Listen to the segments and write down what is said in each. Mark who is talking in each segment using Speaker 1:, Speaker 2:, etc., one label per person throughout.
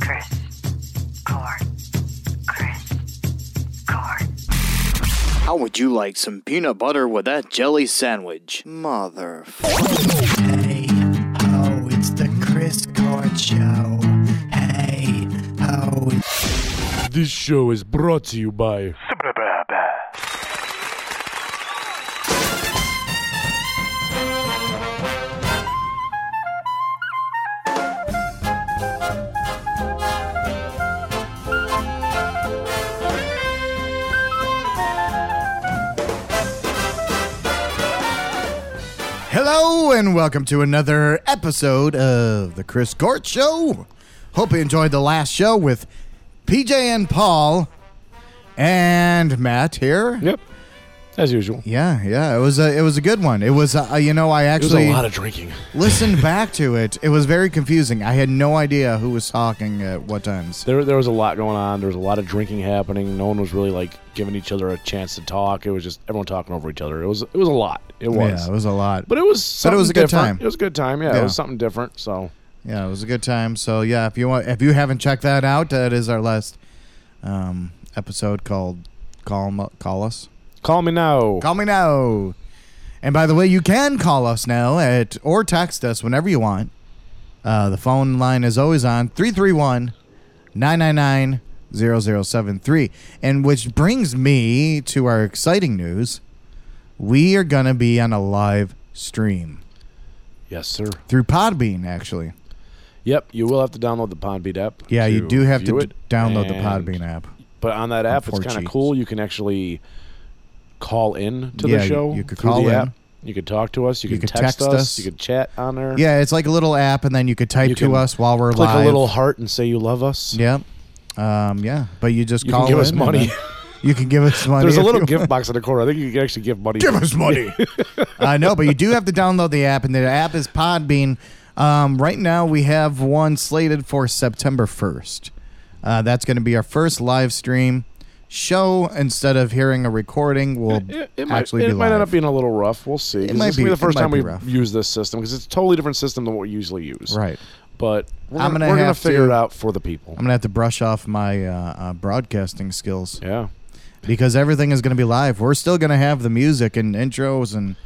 Speaker 1: Chris. Corn. Chris. Corn.
Speaker 2: How would you like some peanut butter with that jelly sandwich? Mother.
Speaker 3: Hey, oh, it's the Chris Corn Show. Hey, oh, it's
Speaker 4: This show is brought to you by.
Speaker 5: Hello and welcome to another episode of the Chris Gort Show. Hope you enjoyed the last show with PJ and Paul and Matt here.
Speaker 4: Yep. As usual.
Speaker 5: Yeah, yeah, it was a it was a good one. It was uh, you know I
Speaker 4: It was a
Speaker 5: actually
Speaker 4: lot of drinking.
Speaker 5: listened back to it. It was very confusing. I had no idea who was talking at what times.
Speaker 4: There, there was a lot going on. There was a lot of drinking happening. No one was really like giving each other a chance to talk. It was just everyone talking over each other. It was, it was a lot. It was.
Speaker 5: Yeah, it was a lot.
Speaker 4: But it was.
Speaker 5: But it was
Speaker 4: something
Speaker 5: a good
Speaker 4: different.
Speaker 5: time.
Speaker 4: It was a good time. Yeah, it
Speaker 5: Yeah.
Speaker 4: was something different. So
Speaker 5: Yeah, it was a good time. So yeah, if you want, if you haven't checked that out, that is our last um, episode called "Call Mu- Call Us."
Speaker 4: call me now.
Speaker 5: Call me now. And by the way, you can call us now at or text us whenever you want. Uh, the phone line is always on 331 999 0073. And which brings me to our exciting news. We are going to be on a live stream
Speaker 4: yes, sir.
Speaker 5: through Podbean, actually.
Speaker 4: Yep. You will have to download the Podbeat app.
Speaker 5: Yeah, you
Speaker 4: to
Speaker 5: do have
Speaker 4: view
Speaker 5: to
Speaker 4: it.
Speaker 5: d- download the
Speaker 4: And-
Speaker 5: Podbean app.
Speaker 4: But on that app, it's
Speaker 5: Unfortunate.
Speaker 4: kind of cool. You can actually call in to
Speaker 5: Yeah,
Speaker 4: the
Speaker 5: you-
Speaker 4: show.
Speaker 5: you could
Speaker 4: through
Speaker 5: call
Speaker 4: the
Speaker 5: in.
Speaker 4: App. You could talk to us. You,
Speaker 5: You
Speaker 4: could
Speaker 5: could
Speaker 4: text,
Speaker 5: text
Speaker 4: us.
Speaker 5: us.
Speaker 4: You could chat on there.
Speaker 5: Yeah, it's like a little app, and then you could type
Speaker 4: You can
Speaker 5: to us while we're
Speaker 4: Click
Speaker 5: live.
Speaker 4: a little heart and say you love us.
Speaker 5: Yep. Um, yeah, but you just
Speaker 4: You
Speaker 5: call
Speaker 4: can give
Speaker 5: in
Speaker 4: us
Speaker 5: and
Speaker 4: money.
Speaker 5: then- You can give us money.
Speaker 4: There's a
Speaker 5: if
Speaker 4: little
Speaker 5: you
Speaker 4: gift
Speaker 5: want.
Speaker 4: box in the corner. I think you can actually give money.
Speaker 5: Give us money. I know, but you do have to download the app, and the app is Podbean. Um, right now, we have one slated for September 1st. Uh, that's going to be our first live stream show. Instead of hearing a recording, we'll
Speaker 4: It, it might,
Speaker 5: actually
Speaker 4: it
Speaker 5: be
Speaker 4: might
Speaker 5: live.
Speaker 4: end up being a little rough. We'll see. 'cause
Speaker 5: might
Speaker 4: this will be
Speaker 5: be-
Speaker 4: the
Speaker 5: it
Speaker 4: first
Speaker 5: might
Speaker 4: time
Speaker 5: be
Speaker 4: we
Speaker 5: rough.
Speaker 4: use this system because it's a totally different system than what we usually use.
Speaker 5: right.
Speaker 4: But we're
Speaker 5: I'm
Speaker 4: gonna,
Speaker 5: gonna
Speaker 4: we're gonna
Speaker 5: have
Speaker 4: figure
Speaker 5: to-
Speaker 4: it out for the people.
Speaker 5: I'm going to have to brush off my uh, uh, broadcasting skills
Speaker 4: yeah.
Speaker 5: because everything is going to be live. We're still going to have the music and intros and,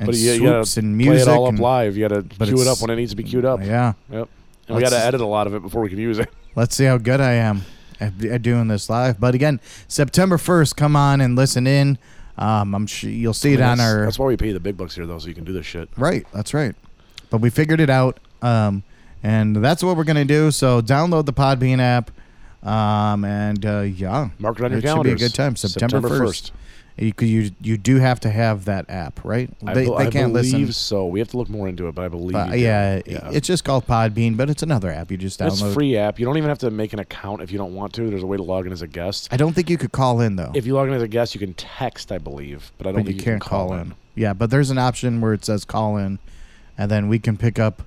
Speaker 5: and
Speaker 4: But you, you gotta
Speaker 5: swoops and music.
Speaker 4: play it all
Speaker 5: and-
Speaker 4: up live. You gotta
Speaker 5: but
Speaker 4: queue it up
Speaker 5: it's-
Speaker 4: when it needs to be queued up.
Speaker 5: Yeah.
Speaker 4: Yep. And we
Speaker 5: Let's-
Speaker 4: gotta edit a lot of it before we can use it.
Speaker 5: Let's see how good I am at, at doing this live. But again, September 1st, come on and listen in. Um, I'm sure you'll see it on
Speaker 4: that's,
Speaker 5: our
Speaker 4: that's why we pay the big bucks here, though, so you can do this shit.
Speaker 5: right. That's right. But we figured it out, um, and that's what we're gonna do. So download the Podbean app, um, and uh, yeah,
Speaker 4: Mark it on your
Speaker 5: it should be a
Speaker 4: calendars.
Speaker 5: good time. September
Speaker 4: September
Speaker 5: first. You, c- you you do have to have that app, right?
Speaker 4: I
Speaker 5: they
Speaker 4: bel-
Speaker 5: they
Speaker 4: I
Speaker 5: can't
Speaker 4: believe
Speaker 5: listen.
Speaker 4: so. We have to look more into it, but I believe.
Speaker 5: But,
Speaker 4: you
Speaker 5: yeah,
Speaker 4: do. yeah.
Speaker 5: it's just called Podbean, but it's another app. You just download.
Speaker 4: It's a free app. You don't even have to make an account if you don't want to. There's a way to log in as a guest.
Speaker 5: I don't think you could call in though.
Speaker 4: If you log in as a guest, you can text, I believe, but I don't
Speaker 5: but you
Speaker 4: think you,
Speaker 5: can't
Speaker 4: can
Speaker 5: call in. Yeah, but there's an option where it says call in, and then we can pick up,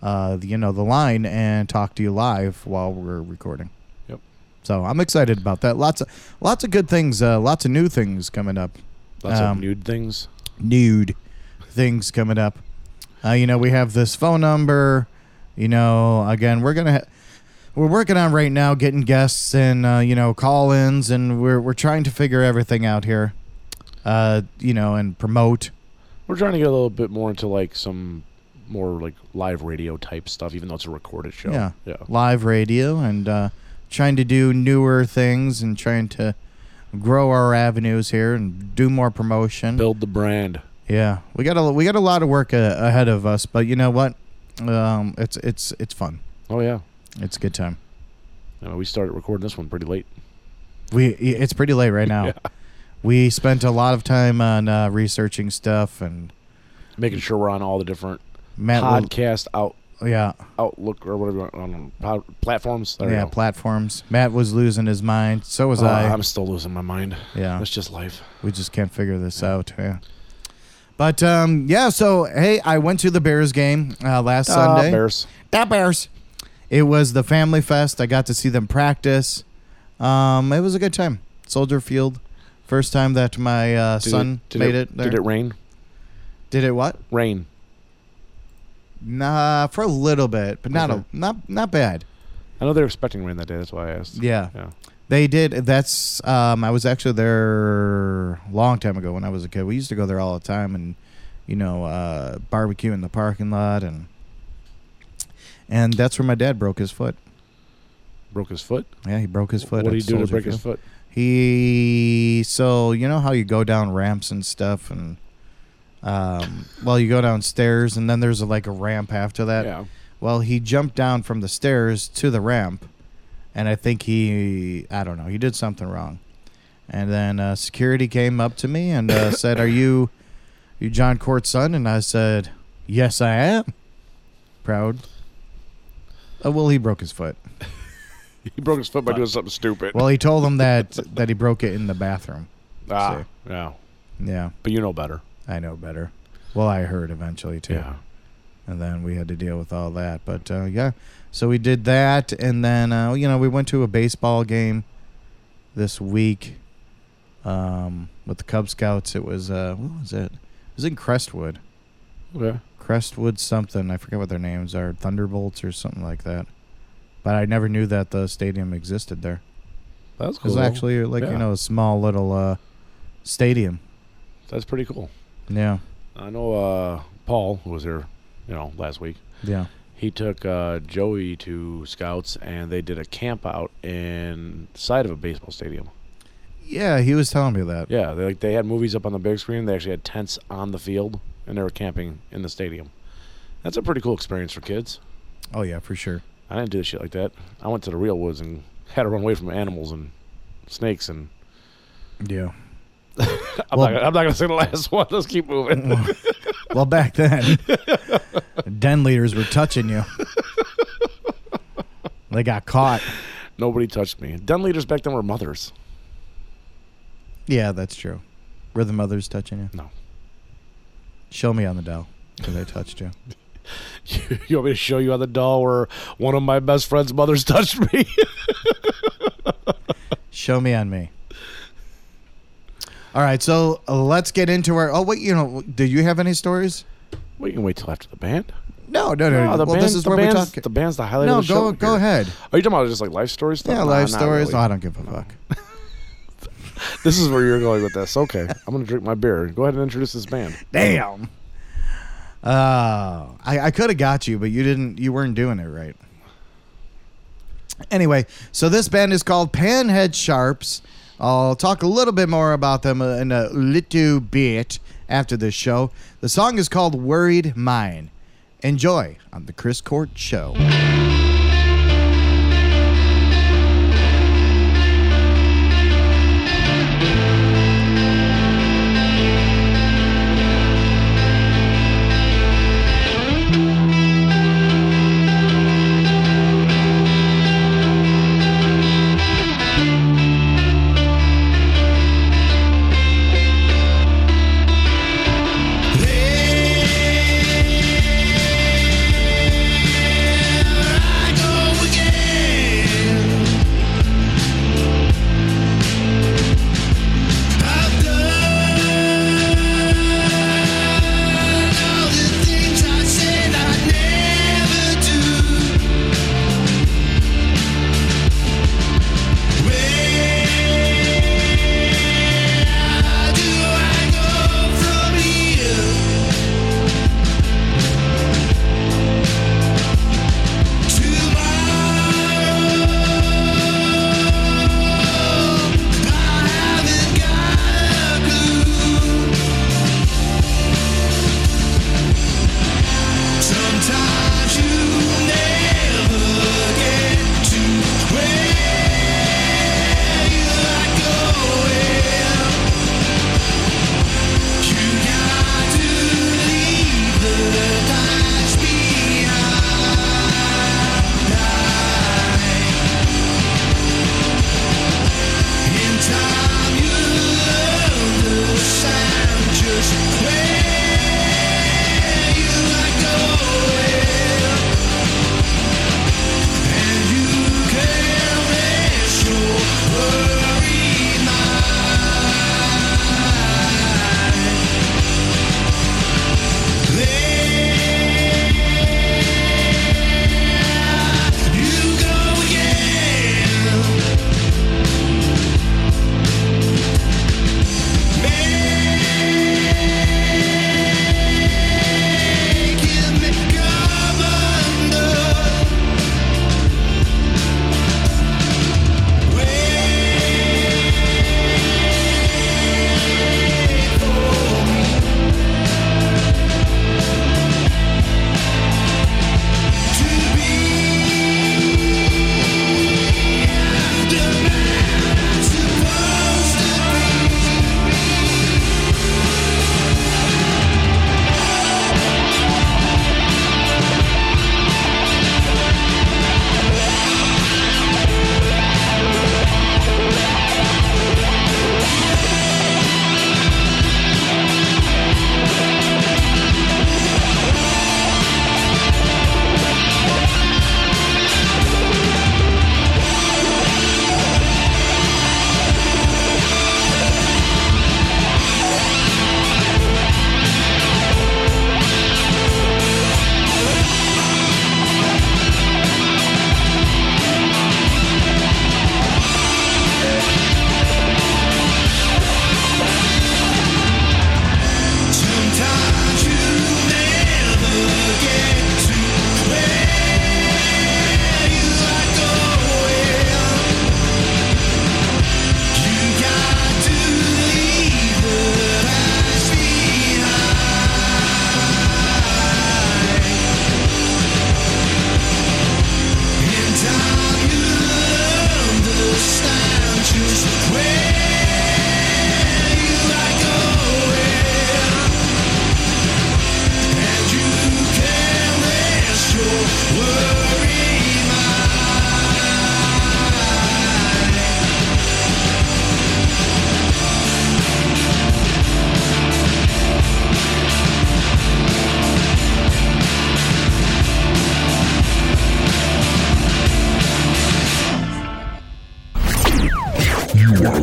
Speaker 5: uh, the, you know, the line and talk to you live while we're recording.
Speaker 4: Yep.
Speaker 5: So I'm excited about that. Lots of lots of good things. Uh, lots of new things coming up.
Speaker 4: Lots
Speaker 5: Um,
Speaker 4: of nude things.
Speaker 5: Nude things coming up. Uh, you know, we have this phone number. You know, again, we're gonna. Ha- we're working on right now getting guests and uh, you know call-ins and we're, we're trying to figure everything out here uh, you know and promote
Speaker 4: We're trying to get a little bit more into like some more like live radio type stuff, even though it's a recorded show.
Speaker 5: Yeah.
Speaker 4: Yeah.
Speaker 5: live radio and uh, trying to do newer things and trying to grow our avenues here and do more promotion.
Speaker 4: Build the brand.
Speaker 5: Yeah, we got a we got a lot of work uh, ahead of us, but you know what? Um, it's it's it's fun.
Speaker 4: Oh yeah.
Speaker 5: It's a good time.
Speaker 4: I mean, we started recording this one pretty late.
Speaker 5: We it's pretty late right now. We spent a lot of time on uh, researching stuff and
Speaker 4: Making sure we're on all the different
Speaker 5: Matt. will-
Speaker 4: podcast out
Speaker 5: yeah,
Speaker 4: outlook or whatever you want- on pod, platforms. There
Speaker 5: yeah,
Speaker 4: you go.
Speaker 5: platforms. Matt was losing his mind. So was
Speaker 4: Uh,
Speaker 5: I.
Speaker 4: I'm still losing my mind.
Speaker 5: yeah,
Speaker 4: That's just life.
Speaker 5: We just can't figure this out. Yeah. But um, yeah, so hey, I went to the Bears game uh, last Sunday.
Speaker 4: Ah, Bears.
Speaker 5: The Bears. It was the family fest. I got to see them practice. Um, it was a good time. Soldier Field. First time that my uh,
Speaker 4: Did
Speaker 5: son
Speaker 4: did
Speaker 5: made it. there.
Speaker 4: Did it rain?
Speaker 5: Did it what?
Speaker 4: Rain.
Speaker 5: Nah, for a little bit, but not
Speaker 4: Okay.
Speaker 5: a not not bad.
Speaker 4: I know they were expecting rain that day. That's why I asked.
Speaker 5: Yeah.
Speaker 4: Yeah.
Speaker 5: They did. That's. Um, I was actually there a long time ago when I was a kid. We used to go there all the time, and you know, uh, barbecue in the parking lot, and and that's where my dad broke his foot.
Speaker 4: Broke his foot.
Speaker 5: Yeah, he broke his foot.
Speaker 4: What
Speaker 5: at
Speaker 4: did he do to
Speaker 5: Soldier
Speaker 4: break his
Speaker 5: Field.
Speaker 4: foot?
Speaker 5: He so you know how you go down ramps and stuff, and um, well, you go downstairs, and then there's a, like a ramp after that.
Speaker 4: yeah.
Speaker 5: Well, he jumped down from the stairs to the ramp, and I think he, I don't know, he did something wrong. And then uh, security came up to me and uh, said, "Are you, you John Court's son?" And I said, "Yes, I am." Proud. Oh, well, he broke his foot.
Speaker 4: He broke his foot by doing something stupid.
Speaker 5: Well, he told them that that he broke it in the bathroom.
Speaker 4: ah,
Speaker 5: see.
Speaker 4: yeah.
Speaker 5: Yeah,
Speaker 4: But you know better.
Speaker 5: I know better. Well, I heard eventually too.
Speaker 4: Yeah.
Speaker 5: and then we had to deal with all that. But uh, yeah, so we did that, and then uh, you know we went to a baseball game this week um, with the Cub Scouts. It was uh, what was it? It was in Crestwood,
Speaker 4: Okay.
Speaker 5: Crestwood something. I forget what their names are, Thunderbolts or something like that. But I never knew that the stadium existed there.
Speaker 4: That's
Speaker 5: It was
Speaker 4: cool.
Speaker 5: actually like
Speaker 4: Yeah.
Speaker 5: you know a small little uh, stadium.
Speaker 4: That's pretty cool.
Speaker 5: Yeah,
Speaker 4: I know uh, Paul, who was here, you know, last week.
Speaker 5: yeah.
Speaker 4: He took uh, Joey to scouts, and they did a camp out inside of a baseball stadium.
Speaker 5: Yeah, he was telling me that.
Speaker 4: Yeah, they like they had movies up on the big screen. They actually had tents on the field, and they were camping in the stadium. That's a pretty cool experience for kids.
Speaker 5: Oh yeah, for sure.
Speaker 4: I didn't do shit like that. I went to the real woods and had to run away from animals and snakes. And
Speaker 5: Yeah.
Speaker 4: I'm,
Speaker 5: Well-
Speaker 4: not, gonna- I'm not gonna say the last one. Let's keep moving.
Speaker 5: Well, back then, den leaders were touching you. They got caught.
Speaker 4: Nobody touched me. Den leaders back then were mothers.
Speaker 5: Yeah, that's true. Were the mothers touching you?
Speaker 4: No.
Speaker 5: Show me on the doll because I touched you.
Speaker 4: you want me to show you how the doll where one of my best friend's mothers touched me?
Speaker 5: Show me on me. All right, so uh, let's get into our. Oh wait, you know, do you have any stories?
Speaker 4: we can wait till after the band.
Speaker 5: No, no, no.
Speaker 4: No, the
Speaker 5: well,
Speaker 4: band-
Speaker 5: this is
Speaker 4: the
Speaker 5: where we
Speaker 4: band's-
Speaker 5: talk.
Speaker 4: The band's the highlight
Speaker 5: no,
Speaker 4: of the show.
Speaker 5: go go
Speaker 4: here.
Speaker 5: ahead.
Speaker 4: Are you talking about just like life story stuff?
Speaker 5: Yeah,
Speaker 4: Nah,
Speaker 5: life
Speaker 4: not
Speaker 5: stories.
Speaker 4: really.
Speaker 5: No, I don't give a fuck.
Speaker 4: This is where you're going with this. Okay. I'm going to drink my beer. Go ahead and introduce this band.
Speaker 5: Damn. Oh, I, I could have got you, but you didn't. You weren't doing it right. Anyway, so this band is called Panhead Sharps. I'll talk a little bit more about them uh, in a little bit after this show. The song is called "Worried Mind." Enjoy on the Chris Court Show.
Speaker 6: There I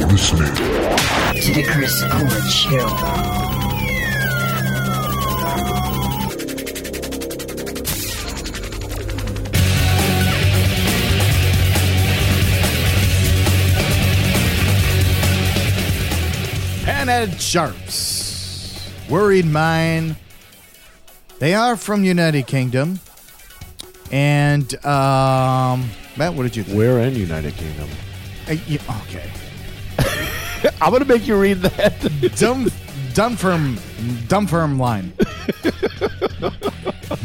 Speaker 6: listening
Speaker 1: to the Chris Corn Show.
Speaker 5: Panhead Sharps. Worried Mine. They are from United Kingdom. And, um, Matt, what did you think?
Speaker 4: We're in United Kingdom.
Speaker 5: Uh, you- okay.
Speaker 4: I'm gonna make you read that.
Speaker 5: Dumb, dumb firm, dumb firm line.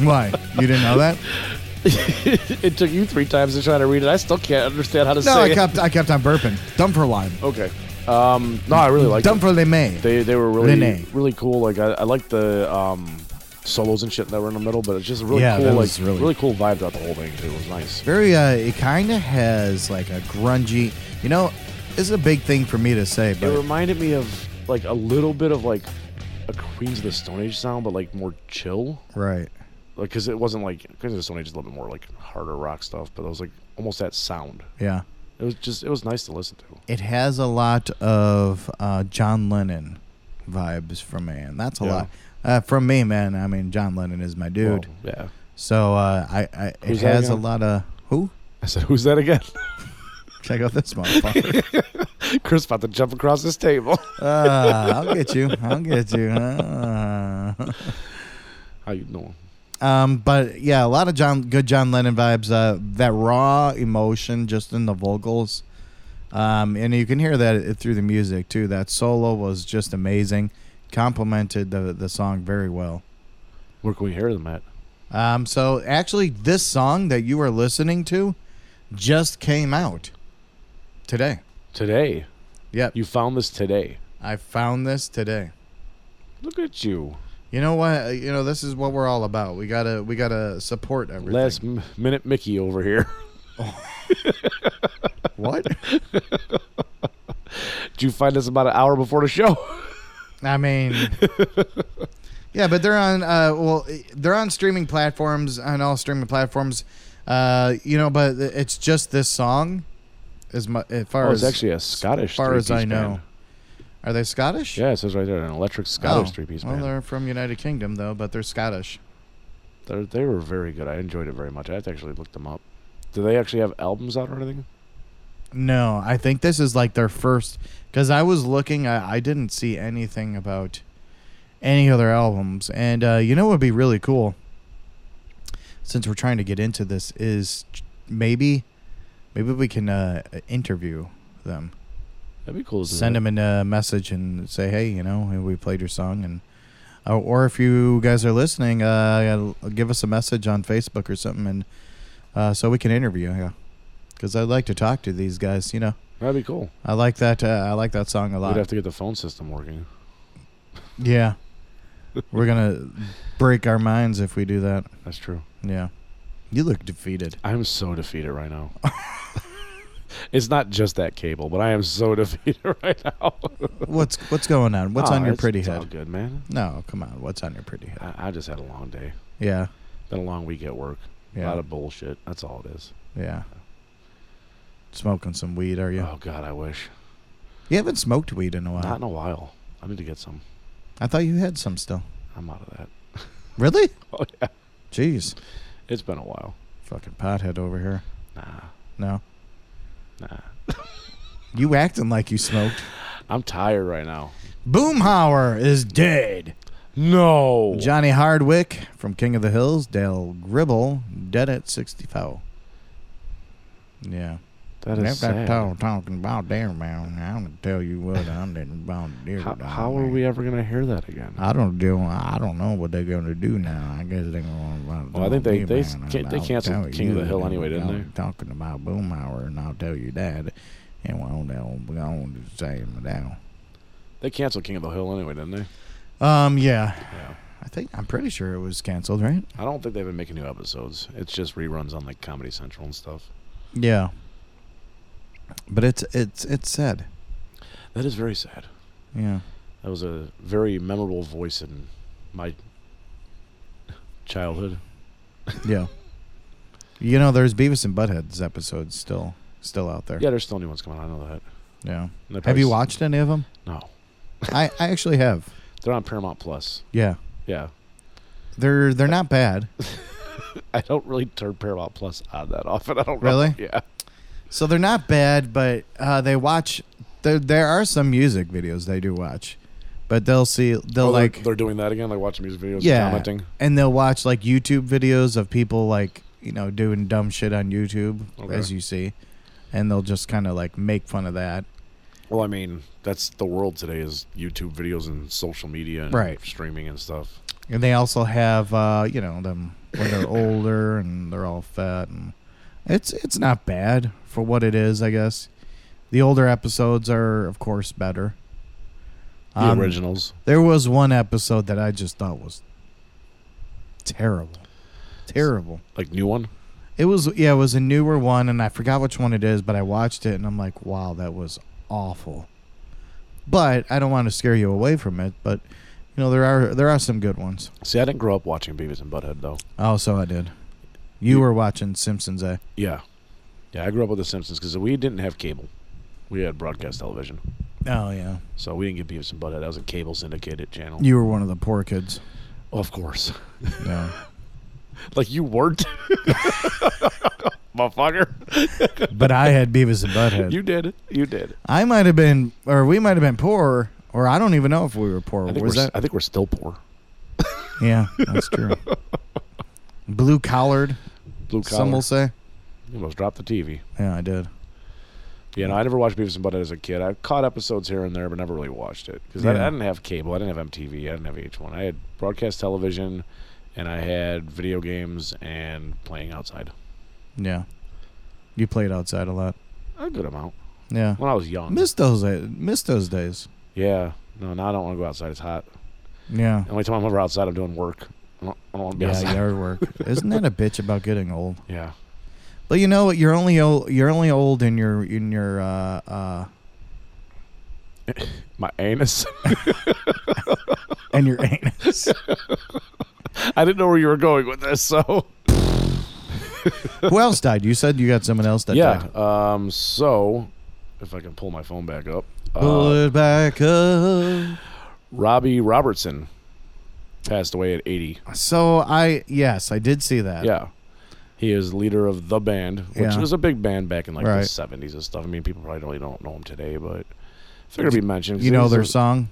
Speaker 5: Why? You didn't know that?
Speaker 4: it took you three times to try to read it. I still can't understand how to
Speaker 5: No,
Speaker 4: say
Speaker 5: I
Speaker 4: it.
Speaker 5: kept, I kept on burping. Dumb for line.
Speaker 4: Okay. Um, no, I really like
Speaker 5: Dumb
Speaker 4: them.
Speaker 5: for they may.
Speaker 4: They they were really
Speaker 5: Lene.
Speaker 4: really cool. Like I, I like the um, solos and shit that were in the middle, but it's just a really
Speaker 5: Yeah,
Speaker 4: cool
Speaker 5: that
Speaker 4: like
Speaker 5: was really-
Speaker 4: cool vibe throughout the whole thing too. It was nice.
Speaker 5: very uh it kind of has like a grungy you know it's a big thing for me to say
Speaker 4: It
Speaker 5: but
Speaker 4: reminded me of like a little bit of like a Queens of the Stone Age sound, but like more chill.
Speaker 5: right
Speaker 4: Like because it wasn't like Queens of the Stone Age is a little bit more like harder rock stuff, but it was like almost that sound.
Speaker 5: yeah
Speaker 4: It was just it was nice to listen to.
Speaker 5: it has a lot of uh john lennon vibes from me and that's a
Speaker 4: Yeah.
Speaker 5: lot uh, from me man i mean john lennon is my dude
Speaker 4: Well, yeah.
Speaker 5: so uh i, I it
Speaker 4: Who's that
Speaker 5: has a
Speaker 4: again?
Speaker 5: lot of who
Speaker 4: I said, who's that again?
Speaker 5: check out this motherfucker
Speaker 4: Chris about to jump across this table.
Speaker 5: uh, i'll get you i'll get you uh.
Speaker 4: How you doing?
Speaker 5: Um, but yeah, a lot of John, good John Lennon vibes. Uh, that raw emotion just in the vocals, um, and you can hear that through the music too. That solo was just amazing, complemented the the song very well.
Speaker 4: Where can we hear them at?
Speaker 5: Um, so actually, this song that you are listening to just came out today.
Speaker 4: Today.
Speaker 5: Yep,
Speaker 4: You found this today.
Speaker 5: I found this today.
Speaker 4: Look at you.
Speaker 5: You know what? Uh, You know this is what we're all about. We gotta we gotta support everything.
Speaker 4: Last m- minute Mickey over here.
Speaker 5: what?
Speaker 4: Did you find this about an hour before the show?
Speaker 5: I mean, yeah, but they're on. Uh, well, they're on streaming platforms on all streaming platforms. Uh, you know, but it's just this song, as mu- as far
Speaker 4: Oh,
Speaker 5: as
Speaker 4: it's actually a Scottish.
Speaker 5: as far as I
Speaker 4: three-piece
Speaker 5: know.
Speaker 4: band.
Speaker 5: Are they Scottish?
Speaker 4: Yeah, it says right there an electric Scottish three piece
Speaker 5: Oh, Well,
Speaker 4: band.
Speaker 5: they're from United Kingdom though, but they're Scottish.
Speaker 4: They're, they were very good. I enjoyed it very much. I had to actually look them up. Do they actually have albums out or anything?
Speaker 5: No, I think this is like their first. Because I was looking, I, I didn't see anything about any other albums. And uh, you know what would be really cool, since we're trying to get into this, is ch- maybe maybe we can uh, interview them.
Speaker 4: That'd be cool. isn't
Speaker 5: Send
Speaker 4: it?
Speaker 5: them a uh, message and say, hey, you know, we played your song. and or- Or if you guys are listening, uh, give us a message on Facebook or something, and uh, so we can interview. Yeah, because I'd like to talk to these guys. You know,
Speaker 4: That'd be cool.
Speaker 5: I like that. Uh, I like that song a lot.
Speaker 4: We'd have to get the phone system working.
Speaker 5: yeah, we're gonna break our minds if we do that.
Speaker 4: That's true.
Speaker 5: Yeah, you look defeated.
Speaker 4: I'm so defeated right now. it's not just that cable, but I am so defeated right now.
Speaker 5: What's what's going on? What's
Speaker 4: Ah,
Speaker 5: on your
Speaker 4: it's-
Speaker 5: pretty
Speaker 4: it's all
Speaker 5: head?
Speaker 4: good, man.
Speaker 5: No, come on. What's on your pretty head?
Speaker 4: I, I just had a long day.
Speaker 5: Yeah,
Speaker 4: Been a long week at work. A lot
Speaker 5: yeah,
Speaker 4: of bullshit. That's all it is.
Speaker 5: yeah. Smoking some weed, are you?
Speaker 4: Oh God, I wish.
Speaker 5: You haven't smoked weed in a
Speaker 4: Not
Speaker 5: while.
Speaker 4: in a while. I need to get some.
Speaker 5: I thought you had some still.
Speaker 4: I'm out of that.
Speaker 5: Really?
Speaker 4: Oh yeah,
Speaker 5: Jeez,
Speaker 4: it's been a while.
Speaker 5: fucking pothead over here.
Speaker 4: Nah,
Speaker 5: No,
Speaker 4: nah.
Speaker 5: you acting like you smoked.
Speaker 4: I'm tired right now.
Speaker 5: Boomhauer is dead.
Speaker 4: No.
Speaker 5: Johnny Hardwick from King of the Hills, Dale Gribble, dead at 65. Yeah.
Speaker 4: that is sad.
Speaker 5: talk- talking about there, man. I'm going to tell you what I'm about there.
Speaker 4: How, how are we ever gonna hear that again?
Speaker 5: I don't do. I don't know what they're going to do now. I guess they're going to.
Speaker 4: Well, I think they- they s- can't- they canceled King of the Hill anyway, didn't they?
Speaker 5: Talking about Boomhauer, and I'll tell you that. And well, they'll be on the same now.
Speaker 4: They canceled King of the Hill anyway, didn't they?
Speaker 5: Um, yeah.
Speaker 4: Yeah.
Speaker 5: I think I'm pretty sure it was canceled, right?
Speaker 4: I don't think they've been making new episodes. It's just reruns on like Comedy Central and stuff.
Speaker 5: Yeah. But it's it's it's sad.
Speaker 4: That is very sad.
Speaker 5: Yeah.
Speaker 4: That was a very memorable voice in my childhood.
Speaker 5: Yeah. You know, there's Beavis and Butthead's episodes still still out there.
Speaker 4: Yeah, there's still new ones coming. out. I know that.
Speaker 5: Yeah.
Speaker 4: And they
Speaker 5: Have
Speaker 4: probably
Speaker 5: you
Speaker 4: s-
Speaker 5: watched any of them?
Speaker 4: No,
Speaker 5: I, I actually have.
Speaker 4: they're on Paramount Plus.
Speaker 5: Yeah.
Speaker 4: Yeah,
Speaker 5: They're they're not bad.
Speaker 4: I don't really turn Paramount Plus on that often. I don't know.
Speaker 5: Really?
Speaker 4: Yeah. Oh,
Speaker 5: So they're not bad, but uh, they watch. There there are some music videos they do watch, but they'll see they'll
Speaker 4: Oh, they're-
Speaker 5: like
Speaker 4: they're, doing that again, like watching music videos,
Speaker 5: yeah,
Speaker 4: and commenting.
Speaker 5: and they'll watch like YouTube videos of people like you know doing dumb shit on YouTube
Speaker 4: Okay.
Speaker 5: as you see, and they'll just kind of like make fun of that.
Speaker 4: Well, I mean, that's the world today is YouTube videos and social media and
Speaker 5: Right.
Speaker 4: streaming and stuff.
Speaker 5: And they also have uh, you know them when they're older and they're all fat and it's it's not bad for what it is, I guess. The older episodes are of course better.
Speaker 4: The
Speaker 5: Um,
Speaker 4: originals.
Speaker 5: There was one episode that I just thought was terrible. Terrible.
Speaker 4: Like new one?
Speaker 5: It was yeah, it was a newer one and I forgot which one it is, but I watched it and I'm like, "Wow, that was awful." But I don't want to scare you away from it, but you know, there are there are some good ones.
Speaker 4: See, I didn't grow up watching Beavis and Butthead though.
Speaker 5: Oh, so I did. You were watching Simpsons, eh?
Speaker 4: Yeah. Yeah, I grew up with The Simpsons because we didn't have cable. We had broadcast television.
Speaker 5: Oh yeah.
Speaker 4: So we didn't get Beavis and Butthead. That was a cable syndicated channel.
Speaker 5: You were one of the poor kids.
Speaker 4: of course.
Speaker 5: Yeah.
Speaker 4: like you weren't. Motherfucker.
Speaker 5: but I had Beavis and Butthead.
Speaker 4: You did. You did.
Speaker 5: I might have been, or we might have been poor, or I don't even know if we were poor.
Speaker 4: I think,
Speaker 5: Was
Speaker 4: we're, s-
Speaker 5: that?
Speaker 4: I think we're still poor.
Speaker 5: yeah, that's true. Blue collared,
Speaker 4: Blue collar.
Speaker 5: some will say.
Speaker 4: You almost dropped the TV.
Speaker 5: Yeah, I did.
Speaker 4: You know, I never watched Beavis and Butthead as a kid. I caught episodes here and there, but never really watched it because I,
Speaker 5: Yeah.
Speaker 4: I didn't have cable. I didn't have MTV. I didn't have VH1. I had broadcast television, and I had video games and playing outside
Speaker 5: Yeah. You played outside a lot.
Speaker 4: a good amount
Speaker 5: Yeah.
Speaker 4: when I was young.
Speaker 5: Miss those, da- miss those days.
Speaker 4: yeah, no, now I don't want to go outside. It's hot.
Speaker 5: Yeah.
Speaker 4: The only time I'm ever outside, I'm doing work. I don't, I don't want to be
Speaker 5: Oh, Yeah,
Speaker 4: outside.
Speaker 5: yard work. Isn't that a bitch about getting old?
Speaker 4: Yeah.
Speaker 5: But you know what? You're only old. You're only old in your in your uh, uh,
Speaker 4: my anus.
Speaker 5: in your anus.
Speaker 4: I didn't know where you were going with this, so
Speaker 5: Who else died? You said you got someone else that
Speaker 4: yeah.
Speaker 5: died.
Speaker 4: Um, so if I can pull my phone back up,
Speaker 5: Pull
Speaker 4: uh,
Speaker 5: it back up.
Speaker 4: Robbie Robertson passed away at 80.
Speaker 5: So I yes, I did see that.
Speaker 4: Yeah. He is leader of the band, which
Speaker 5: Yeah.
Speaker 4: was a big band back in like
Speaker 5: Right.
Speaker 4: the seventies and stuff. I mean, people probably really don't know him today, but figure to be mentioned. 'cause
Speaker 5: You know
Speaker 4: he's
Speaker 5: their
Speaker 4: a-
Speaker 5: song?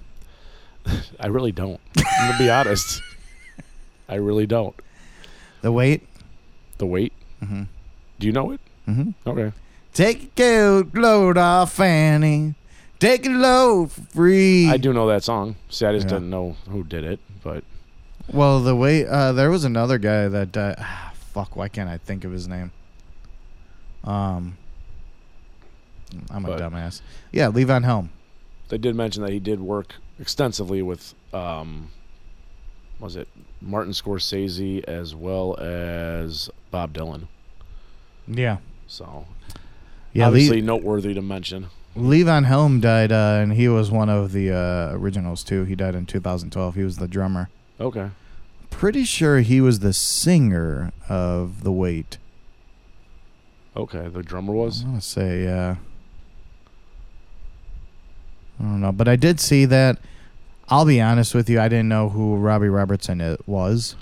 Speaker 4: I really don't. I'm gonna be honest. I really don't.
Speaker 5: The Wait?
Speaker 4: The weight.
Speaker 5: Mhm.
Speaker 4: Do you know it?
Speaker 5: Mm-hmm.
Speaker 4: Okay.
Speaker 5: Take your coat load off, Fanny. Take your load for free.
Speaker 4: I do know that song. See, I just
Speaker 5: Yeah.
Speaker 4: didn't know who did it, but
Speaker 5: Well, the way uh, there was another guy that died. Ah, fuck, why can't I think of his name? Um, I'm a
Speaker 4: But-
Speaker 5: dumbass. Yeah, Levon Helm.
Speaker 4: they did mention that he did work extensively with um was it Martin Scorsese as well as Bob Dylan.
Speaker 5: Yeah,
Speaker 4: So
Speaker 5: yeah.
Speaker 4: obviously
Speaker 5: Le-
Speaker 4: noteworthy to mention.
Speaker 5: Levon Helm died, uh, and he was one of the uh, originals too. He died in 2012. He was the drummer.
Speaker 4: Okay.
Speaker 5: Pretty sure he was the singer of The Wait.
Speaker 4: Okay. The drummer
Speaker 5: I
Speaker 4: was?
Speaker 5: want to say, yeah. I don't know, but I did see that. I'll be honest with you, I didn't know who Robbie Robertson i- was.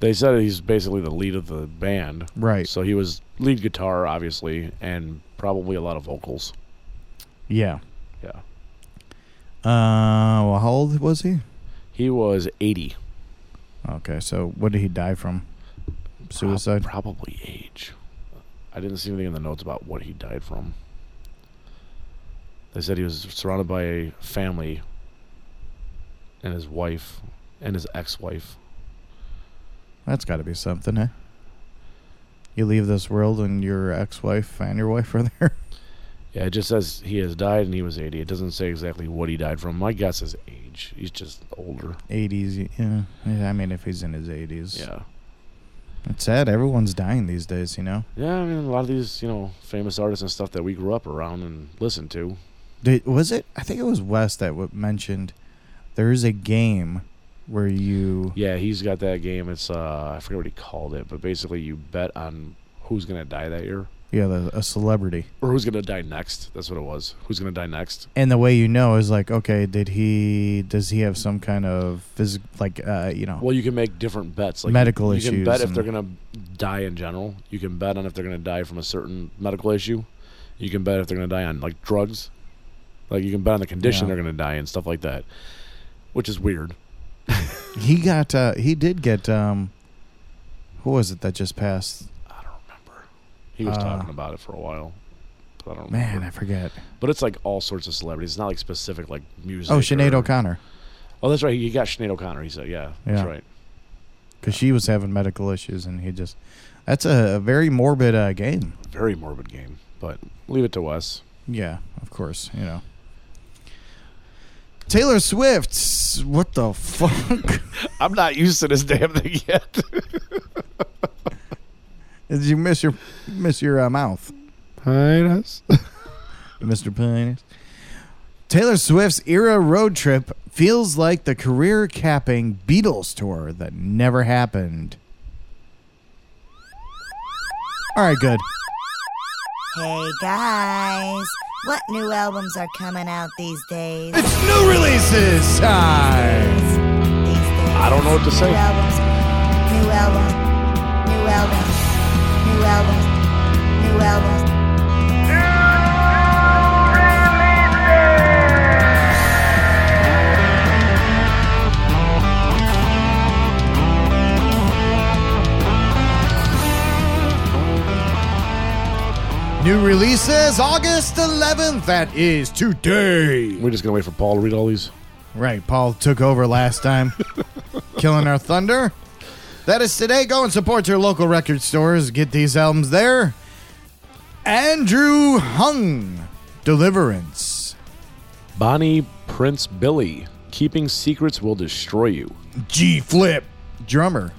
Speaker 4: They said he's basically the lead of the band.
Speaker 5: Right.
Speaker 4: So he was lead guitar, obviously, and probably a lot of vocals.
Speaker 5: Yeah.
Speaker 4: Yeah.
Speaker 5: Uh, well, how old was he?
Speaker 4: He was 80.
Speaker 5: Okay, so what did he die from?
Speaker 4: Prob-
Speaker 5: Suicide.
Speaker 4: probably age. I didn't see anything in the notes about what he died from. They said he was surrounded by a family and his wife and his ex wife.
Speaker 5: That's got to be something, eh? You leave this world and your ex-wife and your wife are there.
Speaker 4: Yeah, it just says he has died and he was 80. It doesn't say exactly what he died from. My guess is age. He's just older.
Speaker 5: 80s, yeah. yeah. I mean, if he's in his 80s.
Speaker 4: Yeah.
Speaker 5: It's sad. Everyone's dying these days, you know?
Speaker 4: Yeah, I mean, a lot of these, you know, famous artists and stuff that we grew up around and listened to.
Speaker 5: Did, was it? I think it was West that w- mentioned there is a game where you.
Speaker 4: Yeah, he's got that game. It's uh, I forget what he called it, but basically you bet on who's gonna die that year.
Speaker 5: Yeah, the, a celebrity.
Speaker 4: or who's gonna die next? That's what it was. Who's gonna die next?
Speaker 5: And the way you know is like, okay, did he? Does he have some kind of physical, like, uh, you know?
Speaker 4: Well, you can make different bets. Like
Speaker 5: Medical
Speaker 4: you, you
Speaker 5: issues
Speaker 4: can bet if
Speaker 5: and-
Speaker 4: they're gonna die in general. You can bet on if they're gonna die from a certain medical issue. You can bet if they're gonna die on like drugs. Like you can bet on the condition
Speaker 5: Yeah.
Speaker 4: they're gonna die in, stuff like that. Which is weird.
Speaker 5: He got. Uh, he did get. Um, who was it that just passed?
Speaker 4: I don't remember. He was
Speaker 5: Uh,
Speaker 4: talking about it for a while. But I don't
Speaker 5: Man,
Speaker 4: remember.
Speaker 5: I forget.
Speaker 4: But it's like all sorts of celebrities. It's not like specific like music.
Speaker 5: Oh, Sinead
Speaker 4: or-
Speaker 5: O'Connor,
Speaker 4: Oh, that's right. He got Sinead O'Connor. He said, yeah,
Speaker 5: Yeah.
Speaker 4: that's right.
Speaker 5: because she was having medical issues, and he just. That's a, a very morbid uh, game.
Speaker 4: Very morbid game, but leave it to Wes.
Speaker 5: Yeah, of course. You know. Taylor Swift. What the fuck?
Speaker 4: I'm not used to this damn thing yet.
Speaker 5: Did you miss your miss your uh, mouth?
Speaker 4: Pinus.
Speaker 5: Mr. Pines. Taylor Swift's era road trip feels like the career capping Beatles tour that never happened. All right, good.
Speaker 6: Hey guys, what new albums are coming out these days?
Speaker 5: It's new releases time.
Speaker 6: I
Speaker 4: don't know what to say.
Speaker 6: New albums, new albums, new albums, new albums, new albums.
Speaker 5: New releases August 11th. That is today.
Speaker 4: We're just gonna wait for Paul to read all these.
Speaker 5: Right, Paul took over last time, killing our thunder. That is today. Go and support your local record stores. Get these albums there. Andrew Hung, Deliverance.
Speaker 4: Bonnie Prince Billy. Keeping secrets will destroy you.
Speaker 5: G Flip, drummer.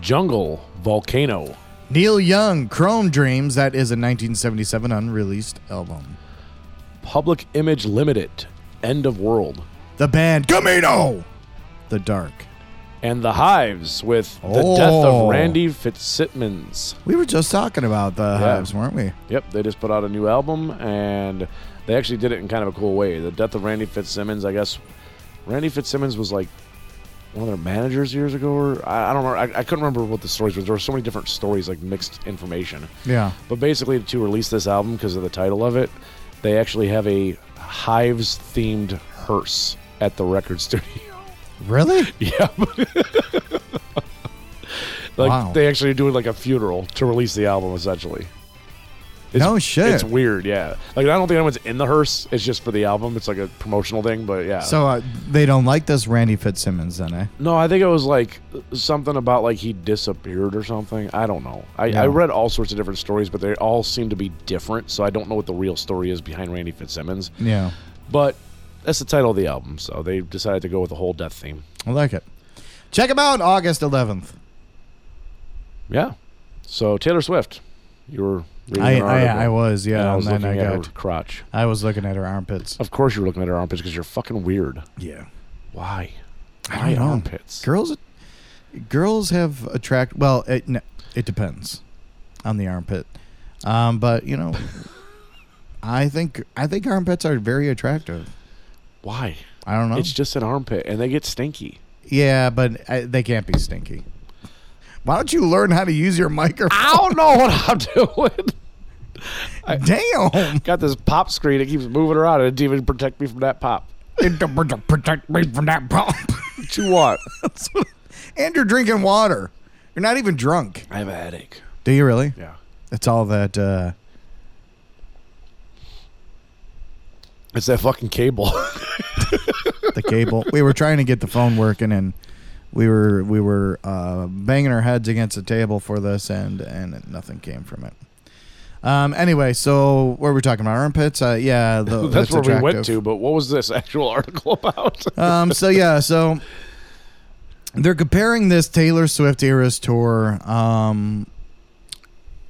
Speaker 4: Jungle Volcano.
Speaker 5: Neil Young, Chrome Dreams. That is a 1977 unreleased album.
Speaker 4: Public Image Limited. End of World.
Speaker 5: The band Camino, The Dark.
Speaker 4: And the Hives with the death
Speaker 5: Oh.
Speaker 4: of Randy Fitzsimmons.
Speaker 5: We were just talking about the Hives, weren't we?
Speaker 4: Yep, they just put out a new album, and they actually did it in kind of a cool way. The death of Randy Fitzsimmons, I guess. Randy Fitzsimmons was like one of their managers years ago, or I, I don't remember. I, I couldn't remember what the stories were. There were so many different stories, like mixed information.
Speaker 5: Yeah.
Speaker 4: But basically, to release this album because of the title of it, they actually have a Hives themed hearse at the record studio.
Speaker 5: Really?
Speaker 4: yeah. like
Speaker 5: Wow.
Speaker 4: they actually do it like a funeral to release the album, essentially. It's-
Speaker 5: No shit.
Speaker 4: It's weird, yeah. Like I don't think anyone's in the hearse. It's just for the album. It's like a promotional thing, but yeah.
Speaker 5: So uh, they don't like this Randy Fitzsimmons, then, eh?
Speaker 4: no, I think it was like something about like he disappeared or something. I don't know. I,
Speaker 5: Yeah.
Speaker 4: I read all sorts of different stories, but they all seem to be different. So I don't know what the real story is behind Randy Fitzsimmons.
Speaker 5: Yeah.
Speaker 4: But that's the title of the album, so they decided to go with the whole death theme.
Speaker 5: I like it. Check them out August 11th.
Speaker 4: Yeah. So Taylor Swift, you were. Reading
Speaker 5: I,
Speaker 4: an
Speaker 5: I,
Speaker 4: article,
Speaker 5: I was, yeah.
Speaker 4: and
Speaker 5: And
Speaker 4: I was
Speaker 5: then I
Speaker 4: looking at
Speaker 5: got,
Speaker 4: her Oh. crotch.
Speaker 5: I was looking at her armpits.
Speaker 4: Of course, you were looking at her armpits because you're fucking weird.
Speaker 5: Yeah.
Speaker 4: Why?
Speaker 5: I
Speaker 4: Why
Speaker 5: don't know.
Speaker 4: armpits?
Speaker 5: Girls, girls have attract, well, it, no, it depends on the armpit. Um, but, you know, I think, I think armpits are very attractive.
Speaker 4: Why?
Speaker 5: I don't know.
Speaker 4: It's just an armpit, and they get stinky.
Speaker 5: yeah, but I, they can't be stinky. Why don't you learn how to use your microphone?
Speaker 4: I don't know what I'm doing.
Speaker 5: Damn.
Speaker 4: Got this pop screen. It keeps moving around. It didn't even protect me from that pop.
Speaker 5: protect me from that pump.
Speaker 4: What you want?
Speaker 5: and you're drinking water. You're not even drunk.
Speaker 4: I have a headache.
Speaker 5: Do you really?
Speaker 4: Yeah.
Speaker 5: That's all that. Uh,
Speaker 4: It's that fucking cable.
Speaker 5: the cable. we were trying to get the phone working, and we were we were uh, banging our heads against the table for this, and and nothing came from it. Um. Anyway, so what were we talking about? Armpits. Uh, yeah. The,
Speaker 4: That's, where we went
Speaker 5: attractive.
Speaker 4: to. But what was this actual article about?
Speaker 5: um, so yeah, so they're comparing this Taylor Swift Eras tour um,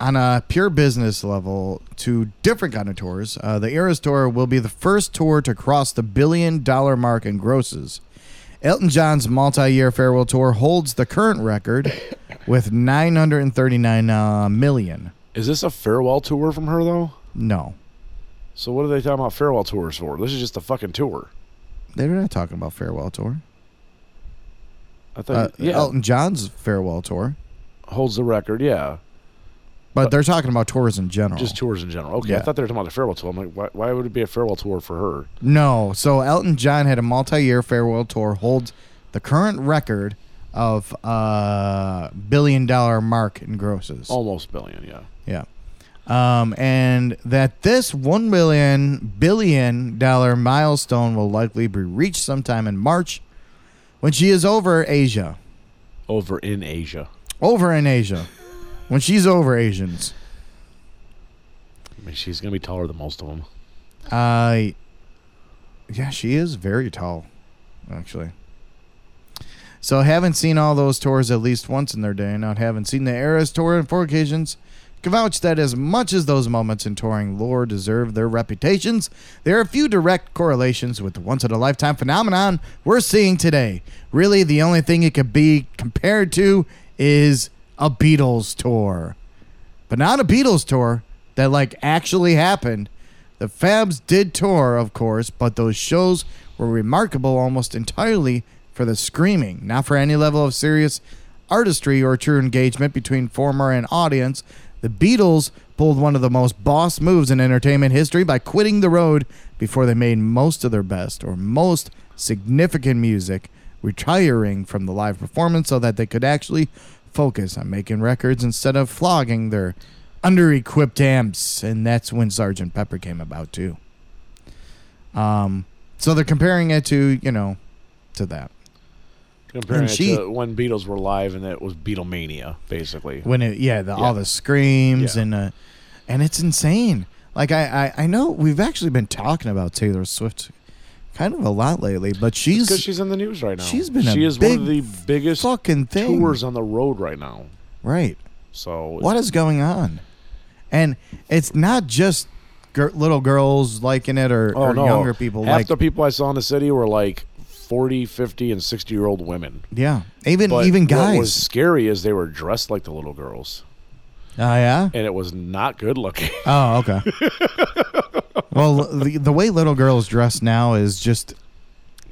Speaker 5: on a pure business level to different kind of tours. Uh, the Eras tour will be the first tour to cross the billion dollar mark in grosses. Elton John's multi-year farewell tour holds the current record with 939 uh, million.
Speaker 4: Is this a farewell tour from her though?
Speaker 5: No,
Speaker 4: So what are they talking about farewell tours for? This is just a fucking tour.
Speaker 5: they're not talking about farewell tour.
Speaker 4: I thought
Speaker 5: Uh,
Speaker 4: yeah
Speaker 5: Elton John's farewell tour,
Speaker 4: holds the record. Yeah,
Speaker 5: but they're talking about tours in general.
Speaker 4: just tours in general. Okay, I
Speaker 5: Yeah.
Speaker 4: thought they were talking about the farewell tour. I'm like, why, why would it be a farewell tour for her?
Speaker 5: No. So Elton John had a multi-year farewell tour, holds the current record of uh billion-dollar mark in grosses.
Speaker 4: Almost billion. Yeah.
Speaker 5: Yeah. Um, and that this one billion billion dollar milestone will likely be reached sometime in March when she is over Asia.
Speaker 4: Over in Asia.
Speaker 5: Over in Asia. When she's over Asians.
Speaker 4: I mean, she's gonna be taller than most of them.
Speaker 5: Uh, yeah, she is very tall, actually. So haven't seen all those tours at least once in their day, and out having seen the Eras tour on four occasions, can vouch that as much as those moments in touring lore deserve their reputations, there are few direct correlations with the once-in-a-lifetime phenomenon we're seeing today. Really, the only thing it could be compared to is a Beatles tour but not a Beatles tour that like actually happened. The Fabs did tour, of course, but those shows were remarkable almost entirely for the screaming, not for any level of serious artistry or true engagement between former and audience. The Beatles pulled one of the most boss moves in entertainment history by quitting the road before they made most of their best or most significant music, retiring from the live performance so that they could actually focus on making records instead of flogging their under-equipped amps, and that's when Sergeant Pepper came about too. Um, so they're comparing it to you know, to that
Speaker 4: Comparing
Speaker 5: And
Speaker 4: it
Speaker 5: she-
Speaker 4: to when Beatles were live and it was Beatlemania, basically.
Speaker 5: when it yeah, the,
Speaker 4: Yeah.
Speaker 5: all the screams
Speaker 4: Yeah.
Speaker 5: and uh, and it's insane. Like I, I I know we've actually been talking about Taylor Swift kind of a lot lately, but
Speaker 4: Because
Speaker 5: she's,
Speaker 4: she's in the news right now.
Speaker 5: she's been a
Speaker 4: She is one of the
Speaker 5: big
Speaker 4: biggest
Speaker 5: fucking thing
Speaker 4: tours on the road right now.
Speaker 5: right.
Speaker 4: So
Speaker 5: what is going on? And it's not just gir little girls liking it or,
Speaker 4: Oh
Speaker 5: or
Speaker 4: no!
Speaker 5: younger people
Speaker 4: Half
Speaker 5: like
Speaker 4: the people I saw in the city were like 40, 50, and sixty year old women.
Speaker 5: yeah, even
Speaker 4: But
Speaker 5: Mm, even
Speaker 4: What was
Speaker 5: guys.
Speaker 4: scary is they were dressed like the little girls,
Speaker 5: Oh yeah.
Speaker 4: and it was not good looking.
Speaker 5: Oh okay. well, the, the way little girls dress now is just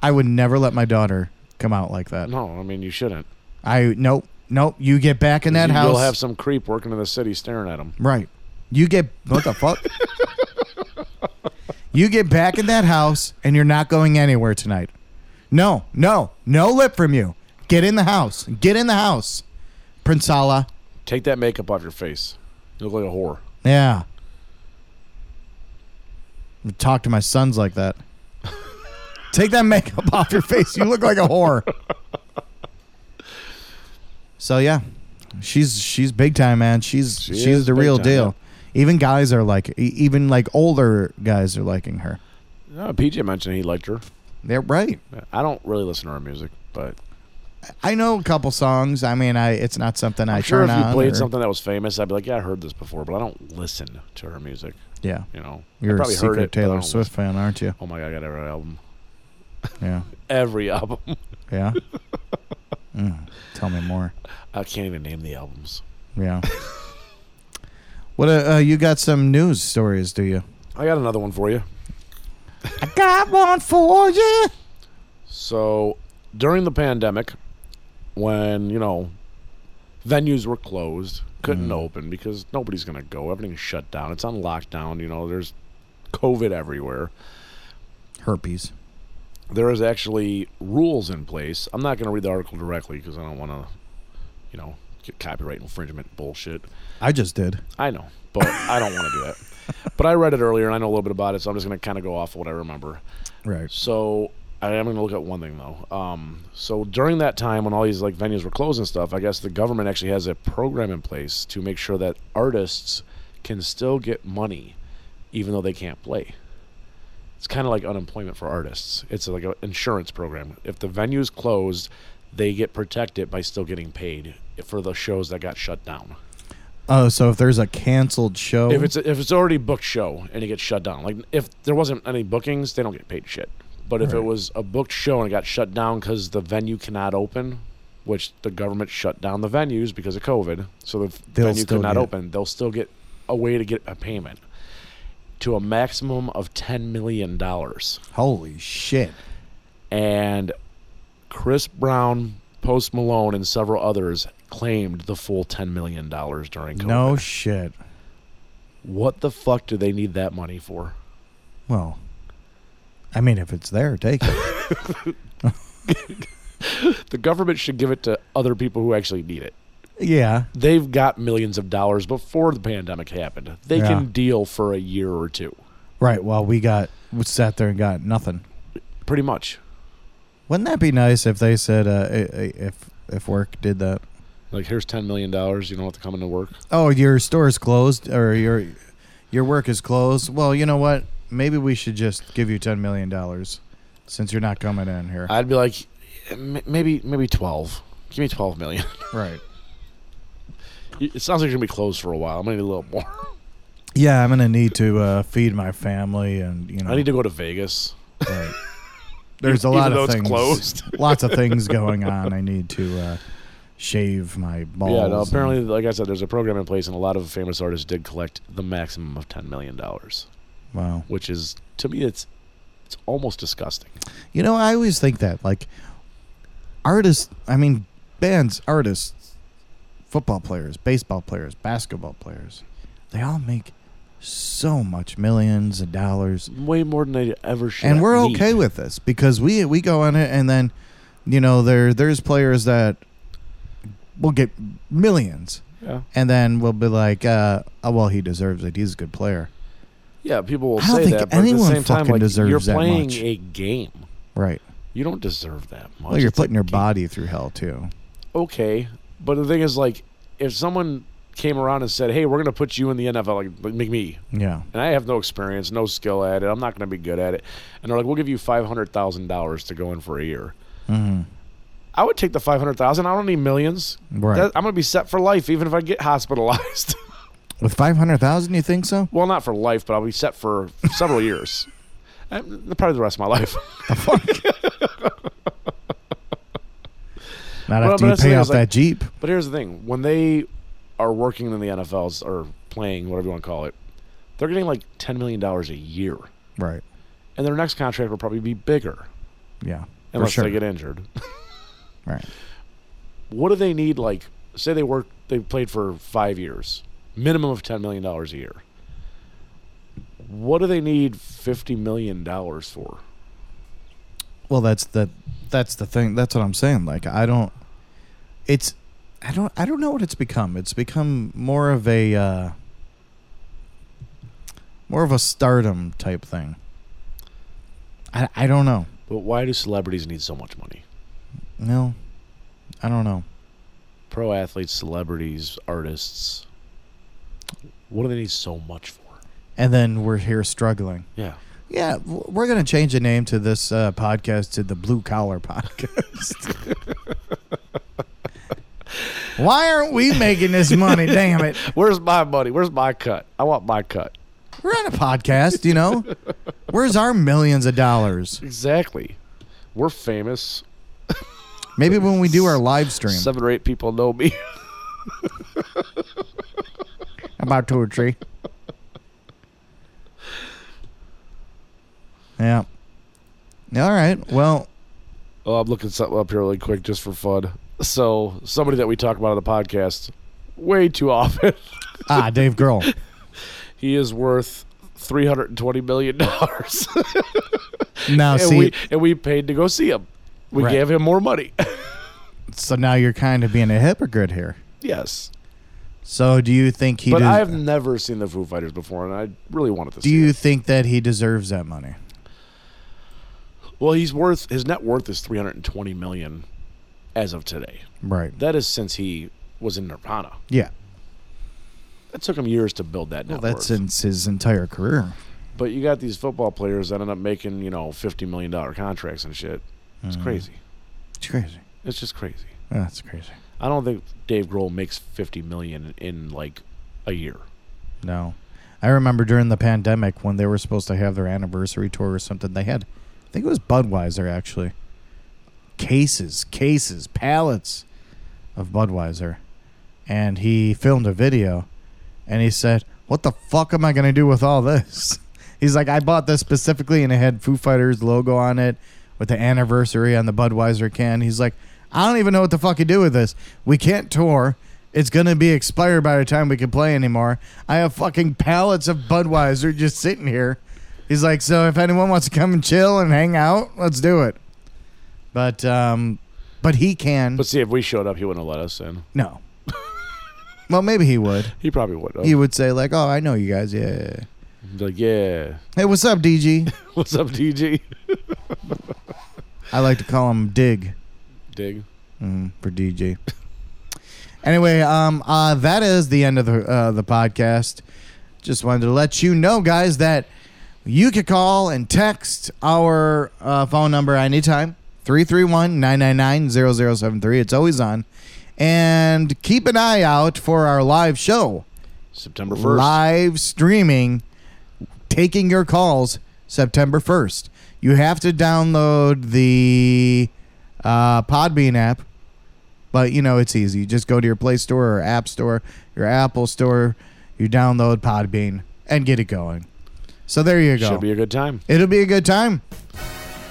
Speaker 5: I would never let my daughter come out like that.
Speaker 4: no, I mean you shouldn't.
Speaker 5: I nope, nope, you get back in that
Speaker 4: you,
Speaker 5: house.
Speaker 4: will have some creep working in the city staring at them.
Speaker 5: Right. You get what the fuck? you get back in that house and you're not going anywhere tonight. No, no, no lip from you. Get in the house. Get in the house. Prince Allah.
Speaker 4: Take that makeup off your face. You look like a whore.
Speaker 5: Yeah. I Talk to my sons like that. Take that makeup off your face. You look like a whore. So yeah, she's she's big time, man. She's
Speaker 4: She is
Speaker 5: she's the
Speaker 4: big
Speaker 5: real
Speaker 4: time,
Speaker 5: deal. Even guys are like, e- even like older guys are liking her.
Speaker 4: No, PJ Uh, mentioned he liked her.
Speaker 5: They're right.
Speaker 4: I don't really listen to her music, but
Speaker 5: I know a couple songs. I mean, I it's not something i
Speaker 4: I'm sure if
Speaker 5: turn
Speaker 4: you
Speaker 5: on.
Speaker 4: played
Speaker 5: or-
Speaker 4: something that was famous, I'd be like, yeah, I heard this before, but I don't listen to her music.
Speaker 5: yeah,
Speaker 4: You know, I
Speaker 5: you're a
Speaker 4: probably heard
Speaker 5: secret
Speaker 4: it, but I
Speaker 5: Taylor
Speaker 4: don't
Speaker 5: Swift fan, aren't you?
Speaker 4: listen. Oh my god, I got every album.
Speaker 5: Yeah,
Speaker 4: Every album.
Speaker 5: yeah. Mm, tell me more.
Speaker 4: I can't even name the albums.
Speaker 5: Yeah. what uh, uh, you got some news stories, do you?
Speaker 4: I got another one for you.
Speaker 5: I got one for you.
Speaker 4: So during the pandemic, when you know venues were closed, couldn't open because nobody's gonna go. Everything's shut down. It's on lockdown. You know, there's COVID everywhere.
Speaker 5: Herpes.
Speaker 4: There is actually rules in place. I'm not gonna read the article directly because I don't want to, you know, get copyright infringement bullshit.
Speaker 5: I just did.
Speaker 4: I know, but I don't want to do that. But I read it earlier and I know a little bit about it, so I'm just gonna kind of go off what I remember.
Speaker 5: Right.
Speaker 4: So I am going to look at one thing though. Um, so during that time when all these like venues were closed and stuff, I guess the government actually has a program in place to make sure that artists can still get money, even though they can't play. It's kind of like unemployment for artists. It's like an insurance program. If the venue's closed, they get protected by still getting paid for the shows that got shut down.
Speaker 5: Oh, so if there's a canceled show,
Speaker 4: If it's if it's already booked show and it gets shut down, like if there wasn't any bookings, they don't get paid shit. But if it was a booked show and it got shut down because the venue cannot open, which the government shut down the venues because of COVID, so the
Speaker 5: They'll
Speaker 4: venue
Speaker 5: still
Speaker 4: could not
Speaker 5: get-
Speaker 4: open, they'll still get a way to get a payment to a maximum of $10 million.
Speaker 5: Holy shit.
Speaker 4: And Chris Brown, Post Malone, and several others claimed the full $10 million during COVID.
Speaker 5: No shit.
Speaker 4: what the fuck do they need that money for?
Speaker 5: Well, I mean, if it's there, take it.
Speaker 4: The government should give it to other people who actually need it.
Speaker 5: yeah.
Speaker 4: They've got millions of dollars before the pandemic happened. They
Speaker 5: Yeah.
Speaker 4: can deal for a year or two,
Speaker 5: Right. Well, we got, we sat there and got nothing.
Speaker 4: pretty much.
Speaker 5: Wouldn't that be nice if they said, uh, i- i- if, if work did that?
Speaker 4: Like, here's $10 million. You don't have to come into work.
Speaker 5: Oh, your store is closed or your, your work is closed. Well, you know what? Maybe we should just give you $10 million since you're not coming in here.
Speaker 4: I'd be like, "M- maybe, maybe 12. Give me 12 million.
Speaker 5: right.
Speaker 4: It sounds like you're going to be closed for a while. I'm going to need a little more.
Speaker 5: Yeah, I'm gonna need to uh, feed my family, and you know,
Speaker 4: I need to go to Vegas.
Speaker 5: right. There's a
Speaker 4: Even
Speaker 5: lot
Speaker 4: though
Speaker 5: of
Speaker 4: it's
Speaker 5: things.
Speaker 4: closed.
Speaker 5: lots of things going on. I need to uh, shave my balls.
Speaker 4: Yeah, no,
Speaker 5: and-
Speaker 4: apparently, like I said, there's a program in place, and a lot of famous artists did collect the maximum of $10 million,
Speaker 5: Wow.
Speaker 4: which is, to me, it's it's almost disgusting.
Speaker 5: You know, I always think that like artists. I mean, bands, artists, football players, baseball players, basketball players. They all make so much millions of dollars.
Speaker 4: Way more than they ever should.
Speaker 5: and we're
Speaker 4: need.
Speaker 5: okay with this because we we go on it and then you know there there's players that will get millions
Speaker 4: Yeah.
Speaker 5: and then we'll be like uh oh, well he deserves it he's a good player
Speaker 4: Yeah, people will
Speaker 5: I don't
Speaker 4: say
Speaker 5: think
Speaker 4: that. But at
Speaker 5: anyone
Speaker 4: the same time,
Speaker 5: fucking
Speaker 4: like,
Speaker 5: deserves
Speaker 4: you're
Speaker 5: that
Speaker 4: playing
Speaker 5: much.
Speaker 4: a game.
Speaker 5: right
Speaker 4: You don't deserve that much.
Speaker 5: well you're
Speaker 4: It's a
Speaker 5: putting your
Speaker 4: game.
Speaker 5: body through hell too
Speaker 4: Okay, but the thing is, like, if someone came around and said, "Hey, we're going to put you in the NFL," like, make me,
Speaker 5: yeah
Speaker 4: and I have no experience, no skill at it. I'm not going to be good at it. And they're like, "We'll give you five hundred thousand dollars to go in for a year."
Speaker 5: mm-hmm.
Speaker 4: I would take the five hundred thousand. I don't need millions.
Speaker 5: right
Speaker 4: That- I'm going to be set for life, even if I get hospitalized.
Speaker 5: with 500000 you think so
Speaker 4: well, not for life, but I'll be set for several years, and probably the rest of my life.
Speaker 5: not
Speaker 4: Well,
Speaker 5: after
Speaker 4: but
Speaker 5: you
Speaker 4: that's the
Speaker 5: pay
Speaker 4: thing,
Speaker 5: off
Speaker 4: it's like-
Speaker 5: that jeep
Speaker 4: But here's the thing: when they are working in the NFLs or playing, whatever you want to call it, they're getting like ten million dollars a year,
Speaker 5: right
Speaker 4: and their next contract will probably be bigger
Speaker 5: yeah for
Speaker 4: unless
Speaker 5: sure
Speaker 4: they get injured.
Speaker 5: right
Speaker 4: What do they need? Like, say they worked, they played for five years, minimum of ten million dollars a year. What do they need fifty million dollars for?
Speaker 5: Well, that's the that's the thing. That's what I'm saying. Like I don't. It's I don't I don't know what it's become. It's become more of a uh, more of a stardom type thing. I I don't know.
Speaker 4: But why do celebrities need so much money?
Speaker 5: No, I don't know.
Speaker 4: Pro athletes, celebrities, artists. What do they need so much for?
Speaker 5: And then we're here struggling.
Speaker 4: Yeah.
Speaker 5: Yeah, w- we're gonna change the name to this uh, podcast to the Blue Collar Podcast. Why aren't we making this money? Damn it!
Speaker 4: Where's my money? Where's my cut? I want my cut.
Speaker 5: We're on a podcast, you know. Where's our millions of dollars?
Speaker 4: Exactly. We're famous.
Speaker 5: Maybe when we do our live stream.
Speaker 4: Seven or eight people know me.
Speaker 5: About two or three. Yeah. All right. Well,
Speaker 4: oh, I'm looking something up here really quick just for fun. So somebody that we talk about on the podcast way too often.
Speaker 5: ah, Dave Grohl.
Speaker 4: he is worth three hundred and twenty million dollars.
Speaker 5: Now,
Speaker 4: and
Speaker 5: see,
Speaker 4: we and we paid to go see him. We
Speaker 5: Right.
Speaker 4: gave him more money.
Speaker 5: so now you're kind of being a hypocrite here.
Speaker 4: yes.
Speaker 5: So, do you think he?
Speaker 4: but
Speaker 5: des-
Speaker 4: I've never seen the Foo Fighters before and I really wanted to
Speaker 5: do
Speaker 4: see
Speaker 5: you
Speaker 4: it.
Speaker 5: think that he deserves that money?
Speaker 4: Well he's worth his net worth is three hundred and twenty million as of today.
Speaker 5: Right.
Speaker 4: That is since he was in Nirvana.
Speaker 5: Yeah.
Speaker 4: That took him years to build that.
Speaker 5: Well,
Speaker 4: net
Speaker 5: that's
Speaker 4: worth.
Speaker 5: since his entire career.
Speaker 4: But you got these football players that end up making you know fifty million dollar contracts and shit. It's
Speaker 5: Mm-hmm.
Speaker 4: crazy.
Speaker 5: It's crazy.
Speaker 4: It's just crazy.
Speaker 5: That's crazy.
Speaker 4: I don't think Dave Grohl makes fifty million in like a year.
Speaker 5: No. I remember during the pandemic when they were supposed to have their anniversary tour or something, they had, I think it was Budweiser actually. Cases, cases, pallets of Budweiser. And he filmed a video and he said, what the fuck am I going to do with all this? He's like, I bought this specifically and it had Foo Fighters logo on it with the anniversary on the Budweiser can. He's like, I don't even know what the fuck to do with this. We can't tour. It's going to be expired by the time we can play anymore. I have fucking pallets of Budweiser just sitting here. He's like, so if anyone wants to come and chill and hang out, let's do it. But um but he can.
Speaker 4: But see, if we showed up, he wouldn't have let us in.
Speaker 5: no. well, maybe he would.
Speaker 4: He probably would. Have.
Speaker 5: He would say like, "Oh, I know you guys. Yeah, yeah, yeah.
Speaker 4: He'd be like, yeah.
Speaker 5: Hey, what's up, DG?"
Speaker 4: What's up, DG?
Speaker 5: I like to call him Dig
Speaker 4: Dig.
Speaker 5: mm, for DG. anyway, um, uh, that is the end of the uh, the podcast. Just wanted to let you know, guys, that you could call and text our uh, phone number anytime 331 999 0073. It's always on. And keep an eye out for our live show
Speaker 4: September first.
Speaker 5: live streaming, taking your calls September 1st. You have to download the uh, Podbean app, but you know, it's easy. You just go to your Play Store or App Store, your Apple Store, you download Podbean and get it going. So there you go.
Speaker 4: Should be a good time.
Speaker 5: It'll be a good time.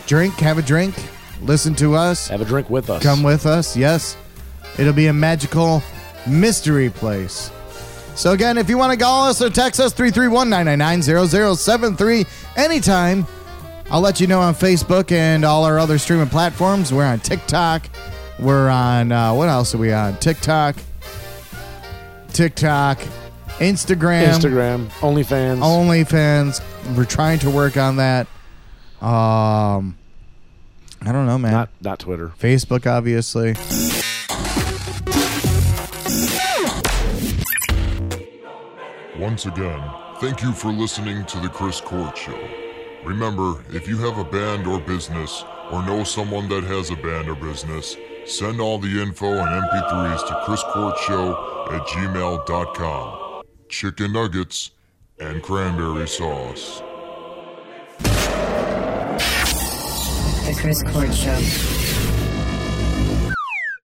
Speaker 5: Drink, have a drink, listen to us.
Speaker 4: Have a drink with us.
Speaker 5: Come with us, yes. It'll be a magical mystery place. So, again, if you want to call us or text us, 331 999 0073 anytime. I'll let you know on Facebook and all our other streaming platforms. We're on TikTok. We're on, uh, what else are we on? TikTok, TikTok, Instagram,
Speaker 4: Instagram, OnlyFans.
Speaker 5: OnlyFans. We're trying to work on that. Um, I don't know, man.
Speaker 4: not not Twitter.
Speaker 5: Facebook, obviously.
Speaker 7: Once again, thank you for listening to The Chris Court Show. Remember, if you have a band or business, or know someone that has a band or business, send all the info and mp3s to chriscourtshow at gmail.com. Chicken nuggets and cranberry sauce.
Speaker 1: The Chris Court Show.